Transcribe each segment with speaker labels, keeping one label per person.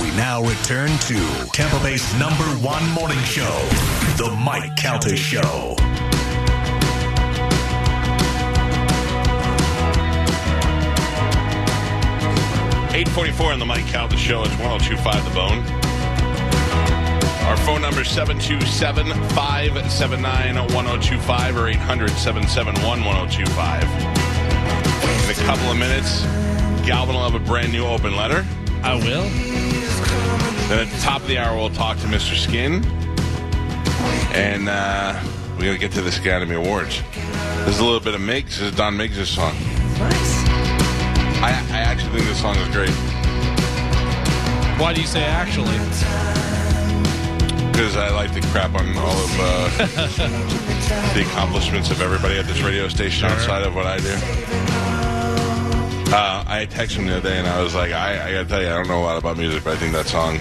Speaker 1: We now return to Tampa Bay's number one morning show, The Mike Calta Show.
Speaker 2: Eight forty-four on the Mike Calda Show. It's one zero two five The Bone. Our phone number is 727-579-1025 or 800-771-1025. In a couple of minutes, Galvin will have a brand new open letter.
Speaker 3: I will.
Speaker 2: Then at the top of the hour, we'll talk to Mr. Skin. And uh, we're going to get to this Academy Awards. This is a little bit of Miggs. This is Don Miggs' song. I, I actually think this song is great.
Speaker 3: Why do you say actually?
Speaker 2: because I like to crap on all of uh, the accomplishments of everybody at this radio station outside of what I do. Uh, I texted him the other day and I was like, I, I gotta tell you, I don't know a lot about music, but I think that song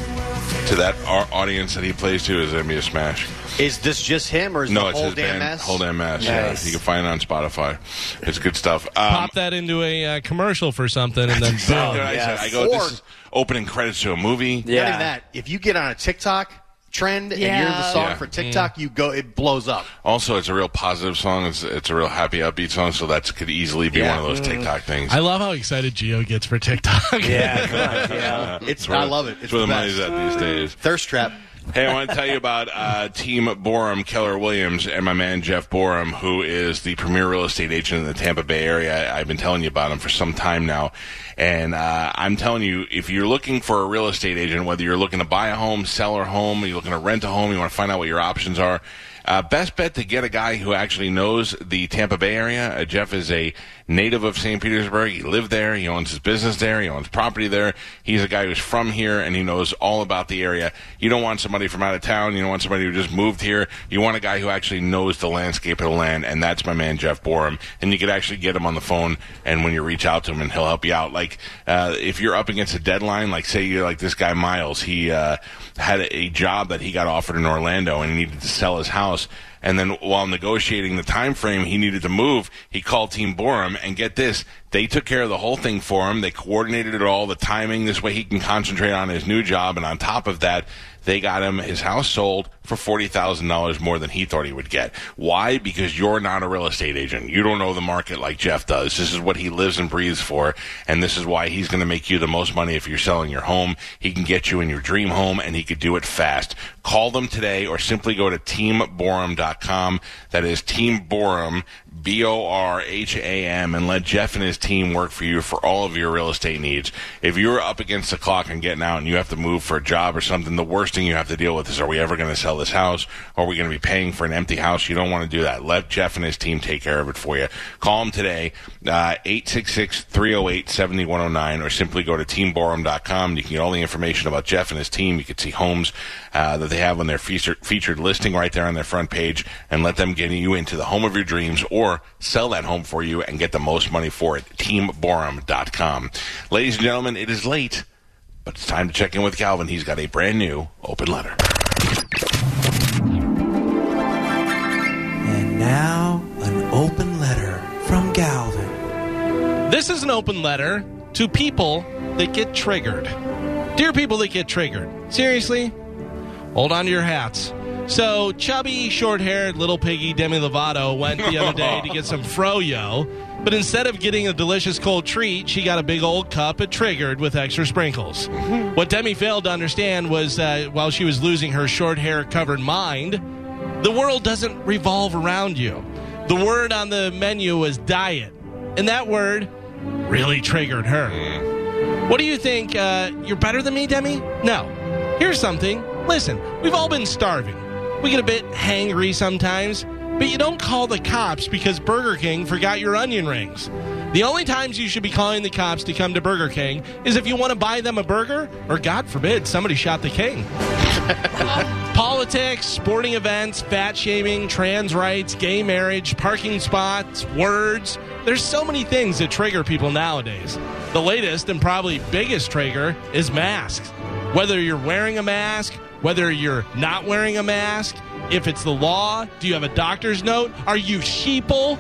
Speaker 2: to that our audience that he plays to is gonna be a smash.
Speaker 4: Is this just him or is
Speaker 2: No,
Speaker 4: the
Speaker 2: it's
Speaker 4: whole
Speaker 2: his
Speaker 4: damn
Speaker 2: band,
Speaker 4: mess?
Speaker 2: Whole Damn Mess.
Speaker 4: Nice.
Speaker 2: Yeah, you can find it on Spotify. It's good stuff. Um,
Speaker 3: Pop that into a uh, commercial for something and then
Speaker 2: exactly
Speaker 3: boom.
Speaker 2: what I
Speaker 4: yes.
Speaker 2: said. I go,
Speaker 4: Or-
Speaker 2: this is opening credits to a movie.
Speaker 4: Not
Speaker 5: Yeah.
Speaker 4: even that. If you get on a TikTok trend and you're the
Speaker 5: Yeah.
Speaker 4: song
Speaker 2: Yeah.
Speaker 4: for TikTok, you go. It blows up.
Speaker 2: Also, it's a real positive song. It's, it's a real happy, upbeat song. So that could easily be
Speaker 4: Yeah.
Speaker 2: one of those TikTok things.
Speaker 3: I love how excited Geo gets for TikTok.
Speaker 5: Yeah, come on, yeah.
Speaker 4: It's.
Speaker 2: where
Speaker 4: I
Speaker 2: the-
Speaker 4: love it. It's
Speaker 2: It's where the,
Speaker 4: the
Speaker 2: money's
Speaker 4: best.
Speaker 2: at these days.
Speaker 4: Thirst trap.
Speaker 2: Hey, I want to tell you about uh, Team Borum, Keller Williams, and my man Jeff Borum, who is the premier real estate agent in the Tampa Bay area. I- I've been telling you about him for some time now. And uh, I'm telling you, if you're looking for a real estate agent, whether you're looking to buy a home, sell a home, you're looking to rent a home, you want to find out what your options are, uh, best bet to get a guy who actually knows the Tampa Bay area. Uh, Jeff is a native of St. Petersburg. He lived there. He owns his business there. He owns property there. He's a guy who's from here and he knows all about the area. You don't want somebody from out of town. You don't want somebody who just moved here. You want a guy who actually knows the landscape of the land. And that's my man, Jeff Borum. And you could actually get him on the phone and when you reach out to him and he'll help you out. Like, uh, if you're up against a deadline, like say you're like this guy Miles, he, uh, had a a job that he got offered in Orlando and he needed to sell his house. And then while negotiating the time frame he needed to move, he called Team Borum and get this, they took care of the whole thing for him. They coordinated it all, the timing. This way he can concentrate on his new job. And on top of that, they got him his house sold for $40,000 more than he thought he would get. Why? Because you're not a real estate agent. You don't know the market like Jeff does. This is what he lives and breathes for. And this is why he's going to make you the most money if you're selling your home. He can get you in your dream home and he could do it fast. Call them today or simply go to teamborum.com. That is Team Borum, B O R H A M, and let Jeff and his team work for you for all of your real estate needs. If you're up against the clock and getting out and you have to move for a job or something, the worst thing you have to deal with is are we ever going to sell this house? Are we going to be paying for an empty house? You don't want to do that. Let Jeff and his team take care of it for you. Call them today, uh, 866 308 7109, or simply go to teamborum.com. You can get all the information about Jeff and his team. You can see homes uh, that they have on their feature, featured listing right there on their front page and let them get you into the home of your dreams or sell that home for you and get the most money for it. Teamborum.com. Ladies and gentlemen, it is late, but it's time to check in with Calvin. He's got a brand new open letter.
Speaker 6: And now, an open letter from Galvin.
Speaker 3: This is an open letter to people that get triggered. Dear people that get triggered, seriously, hold on to your hats. So, chubby, short haired little piggy Demi Lovato went the other day to get some froyo, but instead of getting a delicious cold treat, she got a big old cup of triggered with extra sprinkles. What Demi failed to understand was uh, while she was losing her short hair covered mind, the world doesn't revolve around you. The word on the menu was diet, and that word really triggered her. Mm. What do you think? Uh, you're better than me, Demi? No. Here's something. Listen, we've all been starving. We get a bit hangry sometimes, but you don't call the cops because Burger King forgot your onion rings. The only times you should be calling the cops to come to Burger King is if you want to buy them a burger, or God forbid, somebody shot the king. Politics, sporting events, fat shaming, trans rights, gay marriage, parking spots, words. There's so many things that trigger people nowadays. The latest and probably biggest trigger is masks. Whether you're wearing a mask, whether you're not wearing a mask, if it's the law, do you have a doctor's note? Are you sheeple?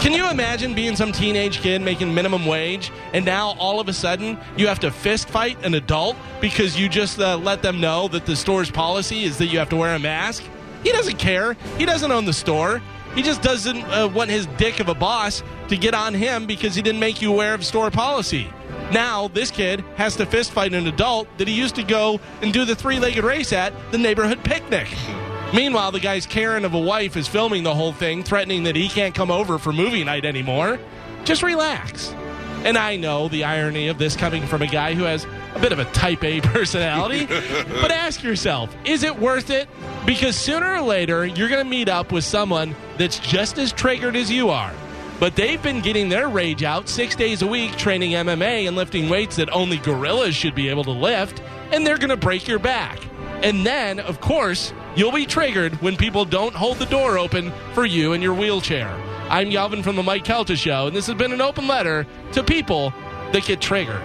Speaker 3: Can you imagine being some teenage kid making minimum wage, and now all of a sudden you have to fist fight an adult because you just uh, let them know that the store's policy is that you have to wear a mask? He doesn't care. He doesn't own the store. He just doesn't uh, want his dick of a boss to get on him because he didn't make you aware of store policy. Now this kid has to fist fight an adult that he used to go and do the three-legged race at the neighborhood picnic. Meanwhile, the guy's Karen of a wife is filming the whole thing, threatening that he can't come over for movie night anymore. Just relax. And I know the irony of this coming from a guy who has a bit of a type A personality, but ask yourself is it worth it? Because sooner or later, you're going to meet up with someone that's just as triggered as you are. But they've been getting their rage out six days a week, training MMA and lifting weights that only gorillas should be able to lift, and they're going to break your back. And then, of course, you'll be triggered when people don't hold the door open for you in your wheelchair. I'm Galvin from the Mike Calta Show, and this has been an open letter to people that get triggered.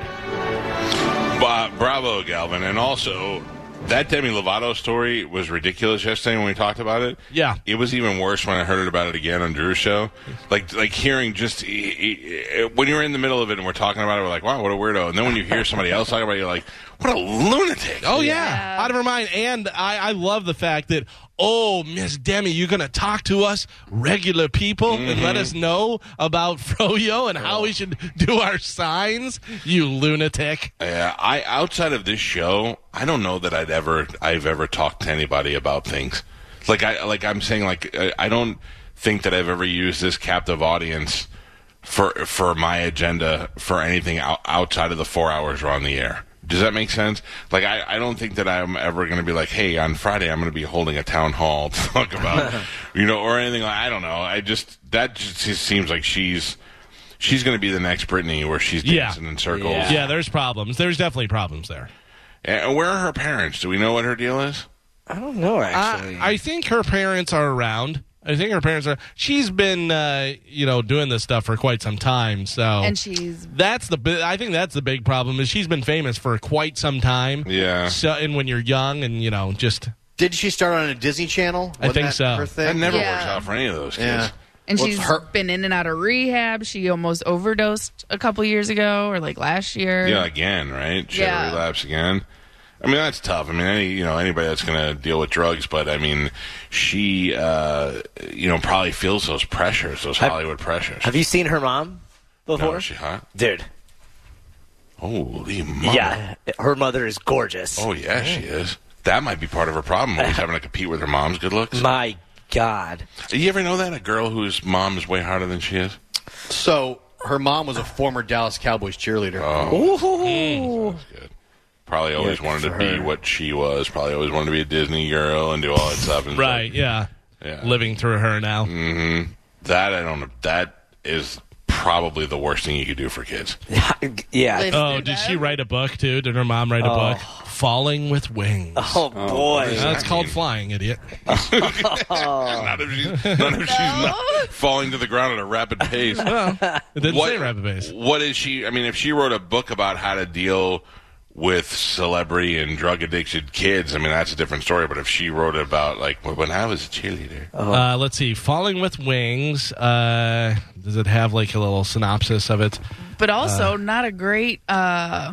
Speaker 2: Ba- bravo, Galvin. And also, that Demi Lovato story was ridiculous yesterday when we talked about it.
Speaker 3: Yeah.
Speaker 2: It was even worse when I heard about it again on Drew's show. Like, like hearing just e- e- e- when you're in the middle of it and we're talking about it, we're like, wow, what a weirdo. And then when you hear somebody else talk about it, you're like, what a lunatic.
Speaker 3: Oh yeah. out of her mind. And I, I love the fact that oh, Miss Demi, you're gonna talk to us regular people and let us know about Froyo and how we should do our signs. You lunatic.
Speaker 2: Yeah, Uh, I outside of this show, I don't know that I'd ever I've ever talked to anybody about things. Like I like I'm saying like I, I don't think that I've ever used this captive audience for for my agenda for anything out, outside of the 4 hours we're on the air. Does that make sense? Like I, I don't think that I'm ever going to be like, "Hey, on Friday I'm going to be holding a town hall to talk about, you know, or anything like I don't know. I just that just seems like she's she's going to be the next Britney where she's
Speaker 3: Yeah.
Speaker 2: dancing in circles.
Speaker 3: Yeah. there's problems. There's definitely problems there.
Speaker 2: Uh, where are her parents? Do we know what her deal is?
Speaker 5: I don't know Oh,
Speaker 7: Uh,
Speaker 5: actually.
Speaker 3: I, I think her parents are around. I think her parents are. She's been, uh, you know, doing this stuff for quite some time. So
Speaker 7: And she's
Speaker 3: that's the. bi- I think that's the big problem is she's been famous for quite some time.
Speaker 2: Yeah.
Speaker 3: So and when you're young and you know just
Speaker 4: Did she start on a Disney Channel?
Speaker 3: I think so.
Speaker 4: Her
Speaker 2: That
Speaker 4: thing?
Speaker 2: never
Speaker 7: Yeah.
Speaker 2: works out for any of those kids.
Speaker 4: yeah.
Speaker 7: and
Speaker 4: Well,
Speaker 7: she's
Speaker 4: her-
Speaker 7: been in and out of rehab. She almost overdosed a couple years ago, or like last year.
Speaker 2: Yeah, again, right? She had
Speaker 7: Yeah.
Speaker 2: a relapse again. I mean, that's tough. I mean, any you know anybody that's going to deal with drugs, but I mean, she uh, you know probably feels those pressures, those Hollywood pressures.
Speaker 5: Have you seen her mom
Speaker 2: No,
Speaker 5: before?
Speaker 2: is she hot?
Speaker 5: Dude,
Speaker 2: Holy mother.
Speaker 5: yeah, her mother is gorgeous.
Speaker 2: Oh yeah, she is. That might be part of her problem. Always having to compete with her mom's good looks.
Speaker 5: My God,
Speaker 2: you ever know that a girl whose mom is way hotter than she is?
Speaker 4: So her mom was a former Dallas Cowboys cheerleader.
Speaker 2: That's good. Probably always wanted to be what she was. Probably always wanted to be a Disney girl and do all that stuff. And
Speaker 3: right. Yeah.
Speaker 2: Yeah. Mm.
Speaker 3: Living through her now.
Speaker 2: That I don't. know. That is probably the worst thing you could do for kids.
Speaker 5: yeah.
Speaker 7: Live
Speaker 3: Oh,
Speaker 7: through
Speaker 3: did
Speaker 7: that.
Speaker 3: she Oh. write a book too? Did her mom write a book? Falling with wings.
Speaker 5: Oh boy,
Speaker 3: That's called flying, idiot.
Speaker 2: Not if she's, not if she's not falling to the ground at a rapid pace.
Speaker 3: It didn't
Speaker 2: What-
Speaker 3: say rabbit base.
Speaker 2: What is she? I mean, if she wrote a book about how to deal with celebrity and drug addicted kids, I mean that's a different story. But if she wrote about like when I was a cheerleader,
Speaker 3: Uh, let's see. Falling with Wings. Uh, does it have like a little synopsis of it?
Speaker 7: but also not a great uh,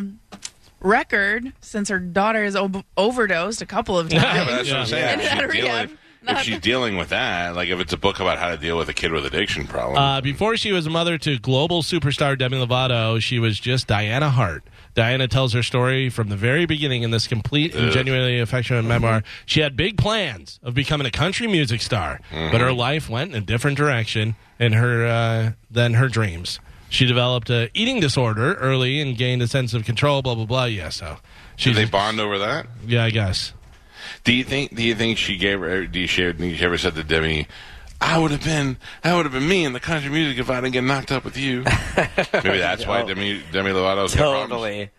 Speaker 7: record since her daughter has ob- overdosed a couple of
Speaker 2: Yeah, but
Speaker 7: times.
Speaker 2: that's what I'm saying.
Speaker 7: And
Speaker 2: If
Speaker 7: not
Speaker 2: she's,
Speaker 7: rehab.
Speaker 2: dealing, if she's dealing with that, like if it's a book about how to deal with a kid with addiction problems,
Speaker 3: Uh, before she was a mother to global superstar Demi Lovato, she was just Diana Hart. Diana tells her story from the very beginning in this complete and genuinely affectionate memoir. She had big plans of becoming a country music star, but her life went in a different direction in her uh, than her dreams. She developed a eating disorder early and gained a sense of control. Blah blah blah. Yeah, so
Speaker 2: do
Speaker 3: she's
Speaker 2: they bond over that?
Speaker 3: yeah, I guess.
Speaker 2: Do you think? Do you think she gave? Her, do you share? Do you ever said to Demi? I would have been, I would have been me in the country music if I didn't get knocked up with you. Maybe that's why Demi Demi Lovato's got problems.
Speaker 5: Totally.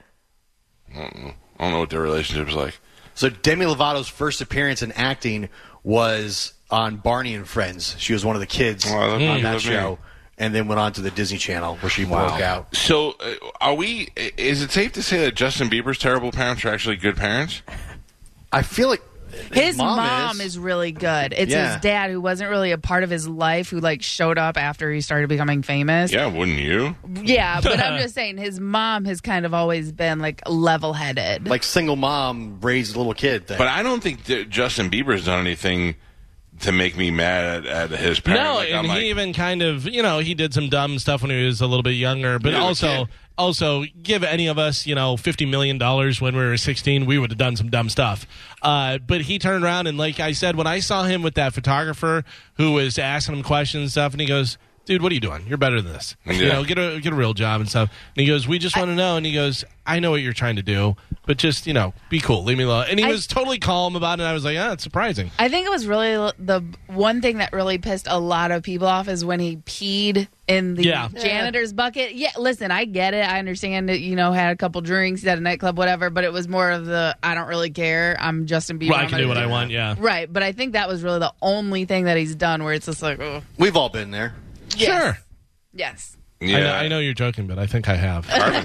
Speaker 2: I don't know what their relationship's like.
Speaker 4: So Demi Lovato's first appearance in acting was on Barney and Friends. She was one of the kids
Speaker 2: Well, look at
Speaker 4: on
Speaker 2: you,
Speaker 4: that
Speaker 2: look at
Speaker 4: show, and then went on to the Disney Channel where she broke out.
Speaker 2: So, uh, are we? i- Is it safe to say that Justin Bieber's terrible parents are actually good parents?
Speaker 4: I feel like
Speaker 7: His
Speaker 4: mom
Speaker 7: mom,
Speaker 4: is-
Speaker 7: is. really good. It's
Speaker 4: Yeah.
Speaker 7: his dad who wasn't really a part of his life, who like showed up after he started becoming famous.
Speaker 2: Yeah, wouldn't you?
Speaker 7: Yeah, but I'm just saying his mom has kind of always been like level headed.
Speaker 4: like single mom raised a little kid thing.
Speaker 2: But I don't think that Justin Bieber's done anything to make me mad at, at his parents.
Speaker 3: No,
Speaker 2: Like, I'm
Speaker 3: and
Speaker 2: like,
Speaker 3: he even kind of, you know, he did some dumb stuff when he was a little bit younger. But
Speaker 2: Yeah, he was a
Speaker 3: also,
Speaker 2: kid.
Speaker 3: also give any of us, you know, fifty million dollars when we were sixteen, we would have done some dumb stuff. Uh, but he turned around and, like I said, when I saw him with that photographer who was asking him questions and stuff, and he goes. Dude, what are you doing? You're better than this. You
Speaker 2: Yeah.
Speaker 3: know, get a get a real job and stuff. And he goes, "We just want to know." And he goes, "I know what you're trying to do, but just you know, be cool, leave me alone." And he
Speaker 7: I-
Speaker 3: was totally calm about it. And I was like, "Ah, it's surprising."
Speaker 7: I think it was really l- the one thing that really pissed a lot of people off is when he peed in the
Speaker 3: Yeah.
Speaker 7: janitor's bucket. Yeah, listen, I get it. I understand that, you know, had a couple drinks at a nightclub, whatever, but it was more of the I don't really care. I'm Justin Bieber.
Speaker 3: Well, I
Speaker 7: I'm
Speaker 3: can
Speaker 7: gonna
Speaker 3: do what I want. Yeah.
Speaker 7: Right, but I think that was really the only thing that he's done where it's just like, oh,
Speaker 4: We've all been there.
Speaker 3: Sure.
Speaker 7: yes.
Speaker 2: yeah,
Speaker 3: I, know, I know you're joking, but I think I have.
Speaker 4: I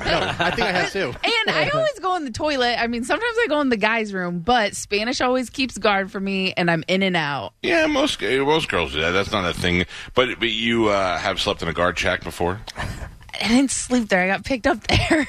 Speaker 4: think I have too.
Speaker 7: And I always go in the toilet. I mean, sometimes I go in the guy's room, but Spanish always keeps guard for me, and I'm in and out.
Speaker 2: yeah. Most uh, most girls do that. That's not a thing. But but you uh, have slept in a guard shack before,
Speaker 7: I didn't sleep there. I got picked up there.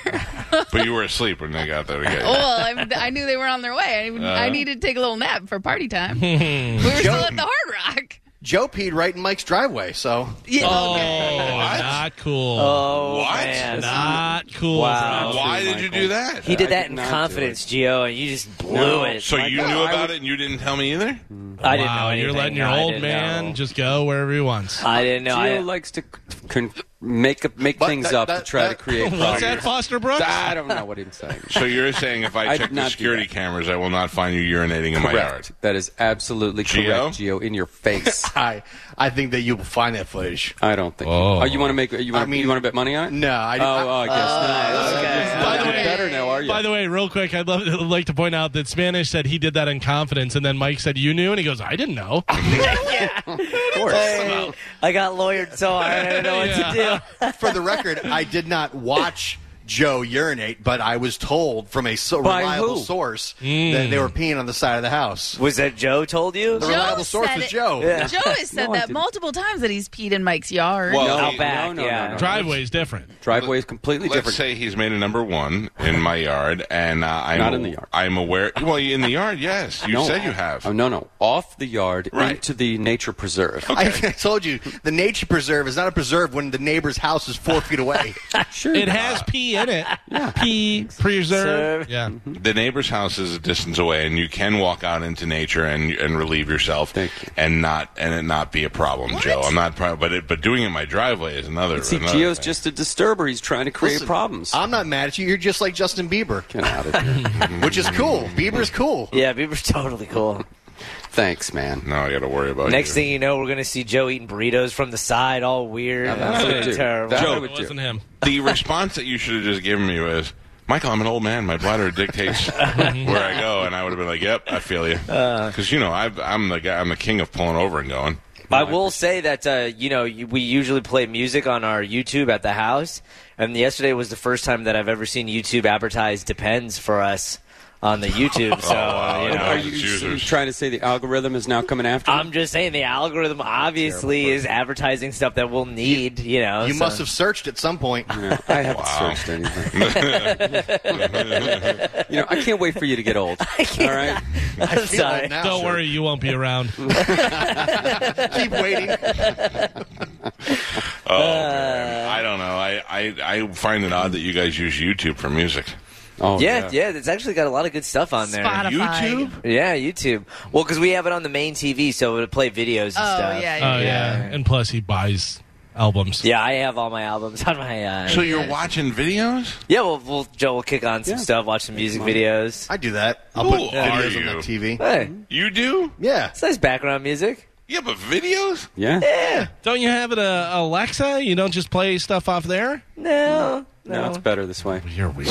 Speaker 2: but you were asleep when they got there. Yeah.
Speaker 7: well, I, I knew they were on their way. I, I needed to take a little nap for party time. we were still at the Hard Rock.
Speaker 4: Joe peed right in Mike's driveway, so
Speaker 7: Yeah.
Speaker 3: Oh, not cool.
Speaker 5: Oh,
Speaker 2: What?
Speaker 5: man.
Speaker 3: not cool.
Speaker 5: Wow.
Speaker 2: Why did you do that?
Speaker 5: He did
Speaker 8: I
Speaker 5: that
Speaker 8: did
Speaker 5: in
Speaker 8: not do
Speaker 5: confidence, Geo, and you just blew it.
Speaker 2: So
Speaker 5: Like,
Speaker 2: you
Speaker 5: no,
Speaker 2: knew
Speaker 5: I
Speaker 2: about
Speaker 5: would-
Speaker 2: it and you didn't tell me either.
Speaker 5: I didn't know
Speaker 3: Wow, you're
Speaker 5: anything.
Speaker 3: letting your
Speaker 5: I
Speaker 3: old
Speaker 5: didn't
Speaker 3: man
Speaker 5: know.
Speaker 3: just go wherever he wants.
Speaker 5: I didn't know.
Speaker 8: Gio
Speaker 5: I,
Speaker 8: likes to c- con- make up- make
Speaker 4: But
Speaker 8: things
Speaker 4: that-
Speaker 8: up
Speaker 4: that-
Speaker 8: to try
Speaker 4: that-
Speaker 8: to create
Speaker 3: What's that,
Speaker 8: problems.
Speaker 3: Foster Brooks?
Speaker 8: I don't know what he's saying.
Speaker 2: So you're saying if I
Speaker 8: I
Speaker 2: check
Speaker 8: did
Speaker 2: the
Speaker 8: not do
Speaker 2: security
Speaker 8: that.
Speaker 2: cameras, I will not find you urinating in my yard.
Speaker 8: Correct. That is absolutely correct, Geo. In your face.
Speaker 4: I I think that you will find that footage.
Speaker 8: I don't think.
Speaker 3: Oh.
Speaker 8: Oh, you want to make? You want?
Speaker 4: I mean-
Speaker 8: you want to bet money on it?
Speaker 4: No, I- Uh,
Speaker 8: oh,
Speaker 4: I-
Speaker 8: oh, I guess not.
Speaker 3: By
Speaker 8: You're not
Speaker 3: the
Speaker 8: doing
Speaker 3: way-
Speaker 8: better now, are you?
Speaker 3: By the way, real quick, I'd love like to point out that Spanish said he did that in confidence, and then Mike said you knew, and he goes, "I didn't know."
Speaker 5: Hey, I got lawyered so hard, I don't know what to do.
Speaker 4: For the record, I did not watch Joe urinate, but I was told from a so
Speaker 8: By
Speaker 4: reliable
Speaker 8: who?
Speaker 4: source that they were peeing on the side of the house.
Speaker 5: Was that Joe told you?
Speaker 4: The reliable source
Speaker 7: said
Speaker 4: was
Speaker 7: it-
Speaker 4: Joe.
Speaker 7: Joe has said
Speaker 8: No, I
Speaker 7: that
Speaker 8: didn't.
Speaker 7: multiple times that he's peed in Mike's yard.
Speaker 2: Well,
Speaker 8: no,
Speaker 2: Out
Speaker 8: no,
Speaker 5: back,
Speaker 8: no, no,
Speaker 5: yeah.
Speaker 8: no, no.
Speaker 3: Driveway's different.
Speaker 8: Driveway is completely
Speaker 2: Let's
Speaker 8: different.
Speaker 2: say he's made a number one in my yard, and uh, I'm
Speaker 8: Not in the yard.
Speaker 2: I'm aware. Well, in the yard, yes. You
Speaker 8: no,
Speaker 2: said you have.
Speaker 8: Oh, no, no. Off the yard
Speaker 2: Right.
Speaker 8: into the nature preserve.
Speaker 4: I, I told you the nature preserve is not a preserve when the neighbor's house is four feet away.
Speaker 8: Sure.
Speaker 3: It has pee in it. Pee preserve. Yeah.
Speaker 2: The neighbor's house is a distance away, and you can walk out into nature and and relieve yourself,
Speaker 8: Thank you.
Speaker 2: and not and it not be a problem, Joe. I'm not, proud, but it, but doing it in my driveway is another.
Speaker 8: See,
Speaker 2: another
Speaker 8: Geo's
Speaker 2: thing.
Speaker 8: just a disturber. He's trying to create
Speaker 4: Listen,
Speaker 8: problems.
Speaker 4: I'm not mad at you. You're just like Justin Bieber,
Speaker 8: Get out of here.
Speaker 4: which is cool. Bieber's cool.
Speaker 5: Yeah, Bieber's totally cool.
Speaker 8: Thanks, man.
Speaker 2: now I got to worry about
Speaker 5: Next
Speaker 2: you.
Speaker 5: thing you know, we're gonna see Joe eating burritos from the side, all weird.
Speaker 8: that's what I do.
Speaker 5: terrible.
Speaker 8: That-
Speaker 3: Joe,
Speaker 8: would
Speaker 3: it
Speaker 8: do.
Speaker 3: wasn't him.
Speaker 2: the response that you should have just given me was. Michael, I'm an old man. My bladder dictates where I go, and I would have been like, "Yep, I feel you,"
Speaker 8: Uh.
Speaker 2: because you know I've, I'm the guy. I'm the king of pulling over and going.
Speaker 5: I will say that uh, you know you- we usually play music on our YouTube at the house, and yesterday was the first time that I've ever seen YouTube advertise "Depends" for us on the YouTube. So
Speaker 2: wow.
Speaker 5: you know,
Speaker 2: Yeah,
Speaker 8: Are you
Speaker 2: it's users.
Speaker 8: s- trying to say the algorithm is now coming after
Speaker 5: I'm just saying the algorithm obviously is advertising stuff that we'll need. You, know,
Speaker 4: You
Speaker 5: so-
Speaker 4: must have searched at some point.
Speaker 8: you? No, I haven't
Speaker 2: Wow.
Speaker 8: searched anything. you know, I can't wait for you to get old. All right?
Speaker 5: I'm
Speaker 4: Feel old
Speaker 5: sorry.
Speaker 4: now,
Speaker 3: Don't
Speaker 4: sir.
Speaker 3: worry, you won't be around.
Speaker 4: Keep waiting.
Speaker 2: Oh, man. I don't know. I, I I find it odd that you guys use YouTube for music.
Speaker 8: Oh,
Speaker 5: Yeah, yeah, it's actually got a lot of good stuff on there.
Speaker 7: Spotify.
Speaker 2: YouTube?
Speaker 5: Yeah, YouTube. Well, because we have it on the main TV, so it'll play videos and
Speaker 7: Oh,
Speaker 5: stuff.
Speaker 7: yeah,
Speaker 3: Oh yeah. And plus, he buys albums.
Speaker 5: Yeah, I have all my albums on my. Uh,
Speaker 2: So you're watching videos?
Speaker 5: yeah, well, we'll Joe will kick on some
Speaker 8: Yeah.
Speaker 5: stuff, watch some music videos.
Speaker 4: I do that. I'll
Speaker 2: Who
Speaker 4: put
Speaker 2: are
Speaker 4: videos on
Speaker 2: you?
Speaker 4: my TV.
Speaker 5: Hey,
Speaker 2: You do?
Speaker 4: Yeah.
Speaker 5: it's nice background music.
Speaker 2: Yeah, but videos?
Speaker 8: Yeah.
Speaker 3: Don't you have an uh, Alexa? You don't just play stuff off there?
Speaker 5: No.
Speaker 8: No, it's better this way.
Speaker 3: You're weird.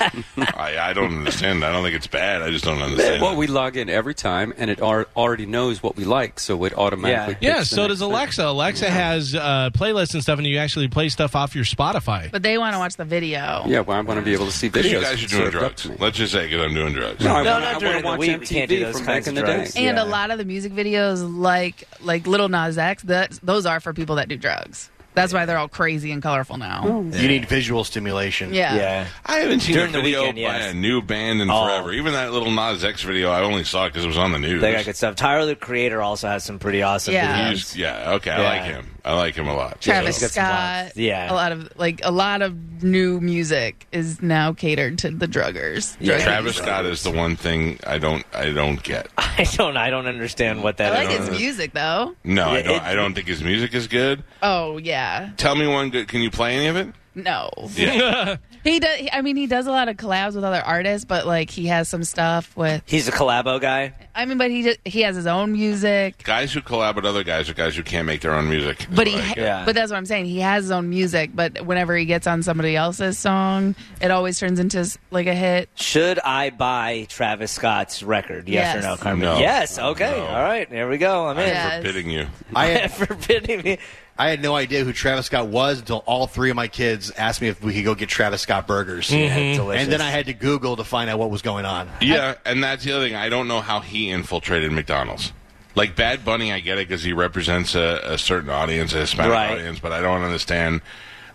Speaker 2: I, I don't understand. I don't think it's bad. I just don't understand.
Speaker 8: Well, we log in every time, and it ar- already knows what we like, so it automatically.
Speaker 5: Yeah.
Speaker 3: yeah,
Speaker 8: picks the
Speaker 3: so
Speaker 8: next
Speaker 3: does
Speaker 8: thing.
Speaker 3: Alexa. Alexa has uh, playlists and stuff, and you actually play stuff off your Spotify.
Speaker 7: But they want to watch the video.
Speaker 8: Yeah, well, I want to be able to see videos.
Speaker 2: you guys are doing
Speaker 8: served up
Speaker 2: drugs.
Speaker 8: to me.
Speaker 2: Let's just say because I'm doing drugs.
Speaker 8: No, I
Speaker 5: No,
Speaker 8: wanna-
Speaker 5: not
Speaker 8: I
Speaker 5: during
Speaker 8: want to
Speaker 5: the week.
Speaker 8: watch
Speaker 5: We can't do
Speaker 8: MTV
Speaker 5: those
Speaker 8: from
Speaker 5: kinds
Speaker 8: back in
Speaker 5: of
Speaker 8: the
Speaker 5: drugs.
Speaker 8: day.
Speaker 7: And
Speaker 5: Yeah.
Speaker 7: a lot of the music videos, like like Little Nas X, that those are for people that do drugs. That's why they're all crazy and colorful now.
Speaker 4: You need visual stimulation.
Speaker 7: Yeah.
Speaker 2: I haven't seen
Speaker 5: During
Speaker 2: a
Speaker 5: the
Speaker 2: video
Speaker 5: weekend,
Speaker 2: by
Speaker 5: yes.
Speaker 2: a new band in
Speaker 5: Oh.
Speaker 2: forever. Even that little Nas X video, I only saw because it was on the news.
Speaker 5: They got good stuff. Tyler, the creator, also has some pretty awesome
Speaker 7: Yeah.
Speaker 2: He's-
Speaker 5: videos.
Speaker 2: yeah, okay, I
Speaker 5: Yeah.
Speaker 2: like him. I like him a lot.
Speaker 7: Travis
Speaker 5: he's got some
Speaker 7: Scott.
Speaker 5: vibes. Yeah.
Speaker 7: A lot of like a lot of new music is now catered to the druggers.
Speaker 5: Yeah.
Speaker 2: Travis Scott is the one thing I don't I don't get.
Speaker 5: I don't. I don't understand what that
Speaker 7: I
Speaker 5: is.
Speaker 7: like his music though.
Speaker 2: No, I
Speaker 5: Yeah,
Speaker 2: don't.
Speaker 5: it-
Speaker 2: I don't think his music is good.
Speaker 7: Oh yeah.
Speaker 2: Tell me one good. Can you play any of it?
Speaker 7: No.
Speaker 2: Yeah.
Speaker 7: He does I mean he does a lot of collabs with other artists, but like he has some stuff with
Speaker 5: He's a collabo guy.
Speaker 7: I mean but he just, he has his own music.
Speaker 2: guys who collab with other guys are guys who can't make their own music. is
Speaker 7: But
Speaker 2: what
Speaker 7: he
Speaker 2: I get.
Speaker 5: Yeah.
Speaker 7: but that's what I'm saying. He has his own music, but whenever he gets on somebody else's song, it always turns into s- like a hit.
Speaker 5: Should I buy Travis Scott's record? Yes,
Speaker 7: Yes.
Speaker 5: or no, Carmen?
Speaker 2: No.
Speaker 5: Yes. Okay. All right. There we go. I'm in.
Speaker 7: Yeah.
Speaker 2: I'm forbidding you.
Speaker 4: I had,
Speaker 5: Forbidding me.
Speaker 4: I had no idea who Travis Scott was until all three of my kids asked me if we could go get Travis Scott burgers.
Speaker 2: Mm-hmm.
Speaker 5: Delicious.
Speaker 4: Mm-hmm. And then I had to Google to find out what was going on.
Speaker 2: Yeah, and that's the other thing. I don't know how he infiltrated McDonald's. Like Bad Bunny, I get it because he represents a, a certain audience, a Hispanic
Speaker 5: Right.
Speaker 2: audience, but I don't understand.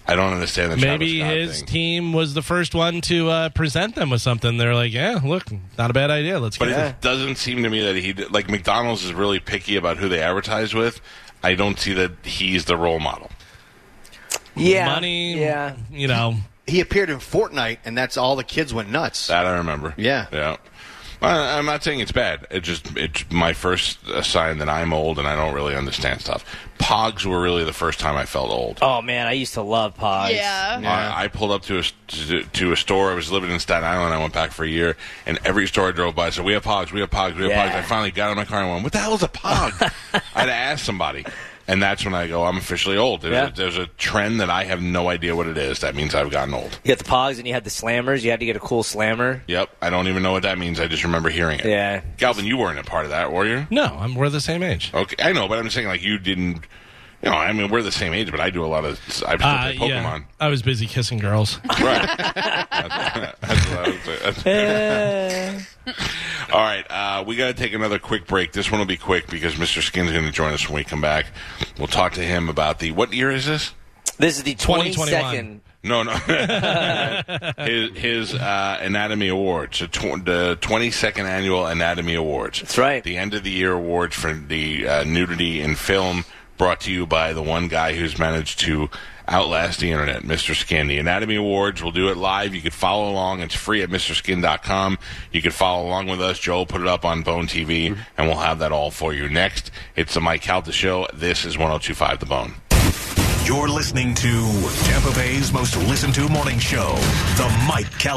Speaker 2: I don't understand the Travis
Speaker 3: Maybe
Speaker 2: Scott
Speaker 3: his
Speaker 2: thing.
Speaker 3: team was the first one to uh, present them with something. They're like, yeah, look, not a bad idea. Let's
Speaker 2: but
Speaker 3: get it.
Speaker 2: it doesn't seem to me that he did- like McDonald's is really picky about who they advertise with. I don't see that he's the role model.
Speaker 5: Yeah.
Speaker 3: money.
Speaker 5: Yeah.
Speaker 3: You know,
Speaker 4: He appeared in Fortnite, and that's all the kids went nuts.
Speaker 2: That I remember.
Speaker 4: Yeah.
Speaker 2: yeah. I, I'm not saying it's bad. It just it's my first uh, sign that I'm old and I don't really understand stuff. Pogs were really the first time I felt old.
Speaker 5: Oh man, I used to love Pogs.
Speaker 7: Yeah.
Speaker 2: I, I pulled up to a to, to a store. I was living in Staten Island. I went back for a year, and every store I drove by said, "We have Pogs. We have Pogs. We have
Speaker 5: Yeah.
Speaker 2: Pogs." I finally got in my car and went, "What the hell is a Pog?" I'd ask somebody, and that's when I go, "I'm officially old." There's,
Speaker 5: Yeah.
Speaker 2: a, there's a trend that I have no idea what it is. That means I've gotten old.
Speaker 5: You had the Pogs and you had the Slammers. You had to get a cool Slammer.
Speaker 2: Yep, I don't even know what that means. I just remember hearing it.
Speaker 5: Yeah.
Speaker 2: Galvin, you weren't a part of that, were you?
Speaker 3: no, I'm, we're the same age.
Speaker 2: Okay, I know, but I'm just saying, like, you didn't. You know, I mean, we're the same age, but I do a lot of. I still
Speaker 3: Uh,
Speaker 2: play
Speaker 3: yeah,
Speaker 2: Pokemon.
Speaker 3: I was busy kissing girls.
Speaker 2: Right. That's- that's what I would say. That's- All right, uh, we got to take another quick break. This one will be quick because Mr. Skin's going to join us when we come back. We'll talk to him about the what year is this?
Speaker 5: This is the
Speaker 3: 2021.
Speaker 5: 22nd.
Speaker 2: No, no. his his uh, Anatomy Awards, the tw- the 22nd annual Anatomy Awards.
Speaker 5: That's right.
Speaker 2: The end of the year awards for the uh, nudity in film, brought to you by the one guy who's managed to outlast the internet, Mr. Skin. The Anatomy Awards, we'll do it live. You could follow along. It's free at MrSkin.com. You could follow along with us. Joel put it up on Bone TV,
Speaker 5: Mm-hmm.
Speaker 2: and we'll have that all for you next. It's the Mike Calta Show. This is 1025 The Bone.
Speaker 1: You're listening to Tampa Bay's most listened to morning show, The Mike Cal.